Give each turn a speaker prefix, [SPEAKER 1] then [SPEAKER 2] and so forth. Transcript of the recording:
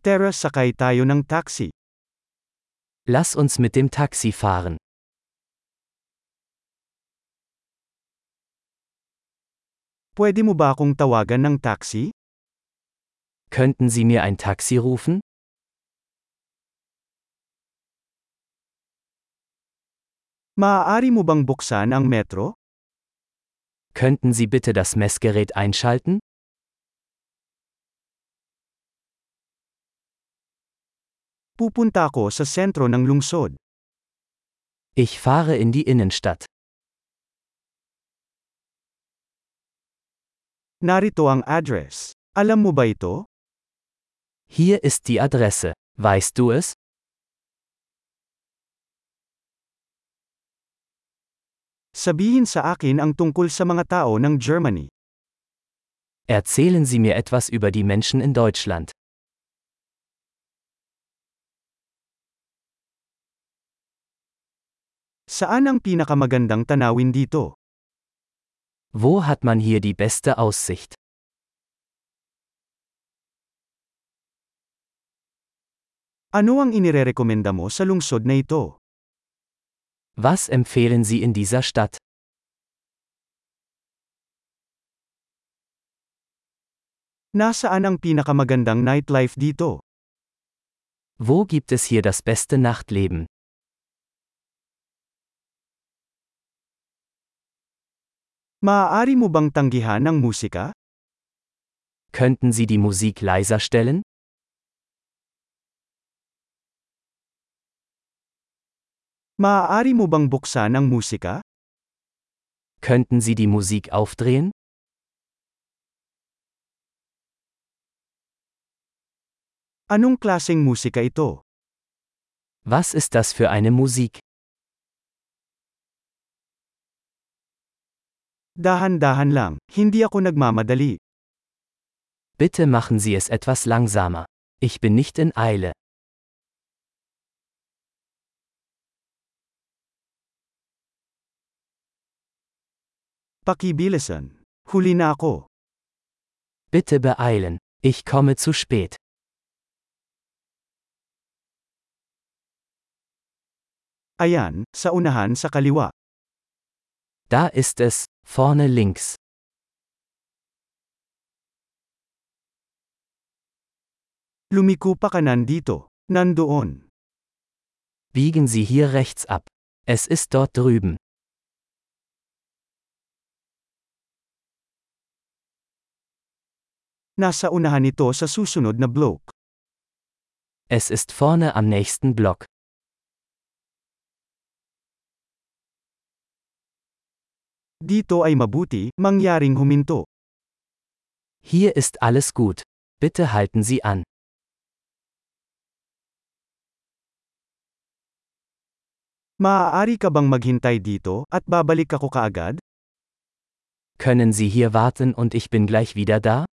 [SPEAKER 1] Tara sakay tayo ng taxi.
[SPEAKER 2] Lass uns mit dem Taxi fahren.
[SPEAKER 1] Pwede mo ba akong tawagan ng taxi?
[SPEAKER 2] Könnten Sie mir ein Taxi rufen?
[SPEAKER 1] Maaari mo bang buksan ang metro?
[SPEAKER 2] Könnten Sie bitte das Messgerät einschalten?
[SPEAKER 1] Pupunta ako sa sentro ng lungsod.
[SPEAKER 2] Ich fahre in die Innenstadt.
[SPEAKER 1] Narito ang address. Alam mo ba ito?
[SPEAKER 2] Hier ist die Adresse. Weißt du es?
[SPEAKER 1] Sabihin sa akin ang tungkol sa mga tao ng Germany.
[SPEAKER 2] Erzählen Sie mir etwas über die Menschen in Deutschland.
[SPEAKER 1] Saan ang pinakamagandang tanawin dito?
[SPEAKER 2] Wo hat man hier die beste Aussicht?
[SPEAKER 1] Ano ang inirerekomenda mo sa lungsod na ito?
[SPEAKER 2] Was empfehlen Sie in dieser Stadt?
[SPEAKER 1] Nasaan ang pinakamagandang nightlife dito?
[SPEAKER 2] Wo gibt es hier das beste Nachtleben?
[SPEAKER 1] Maaari mo bang tanggihan ang musika?
[SPEAKER 2] Könnten Sie die Musik leiser stellen?
[SPEAKER 1] Maaari mo bang buksan ang musika?
[SPEAKER 2] Könnten Sie die Musik aufdrehen?
[SPEAKER 1] Anong klaseng musika ito?
[SPEAKER 2] Was ist das für eine Musik?
[SPEAKER 1] Dahan-dahan lang, hindi ako nagmamadali.
[SPEAKER 2] Bitte machen Sie es etwas langsamer. Ich bin nicht in Eile.
[SPEAKER 1] Pakibilisan. Huli na ako.
[SPEAKER 2] Bitte beeilen. Ich komme zu spät.
[SPEAKER 1] Ayan, sa unahan sa kaliwa.
[SPEAKER 2] Da ist es, vorne links.
[SPEAKER 1] Lumiko pa kanan dito. Nandoon.
[SPEAKER 2] Biegen Sie hier rechts ab. Es ist dort drüben.
[SPEAKER 1] Nasa unahan ito sa susunod na block.
[SPEAKER 2] Es ist vorne am nächsten Block.
[SPEAKER 1] Dito ay mabuti, mangyaring huminto.
[SPEAKER 2] Hier ist alles gut. Bitte halten Sie an.
[SPEAKER 1] Maaari ka bang maghintay dito at babalik ako kaagad?
[SPEAKER 2] Können Sie hier warten und ich bin gleich wieder da?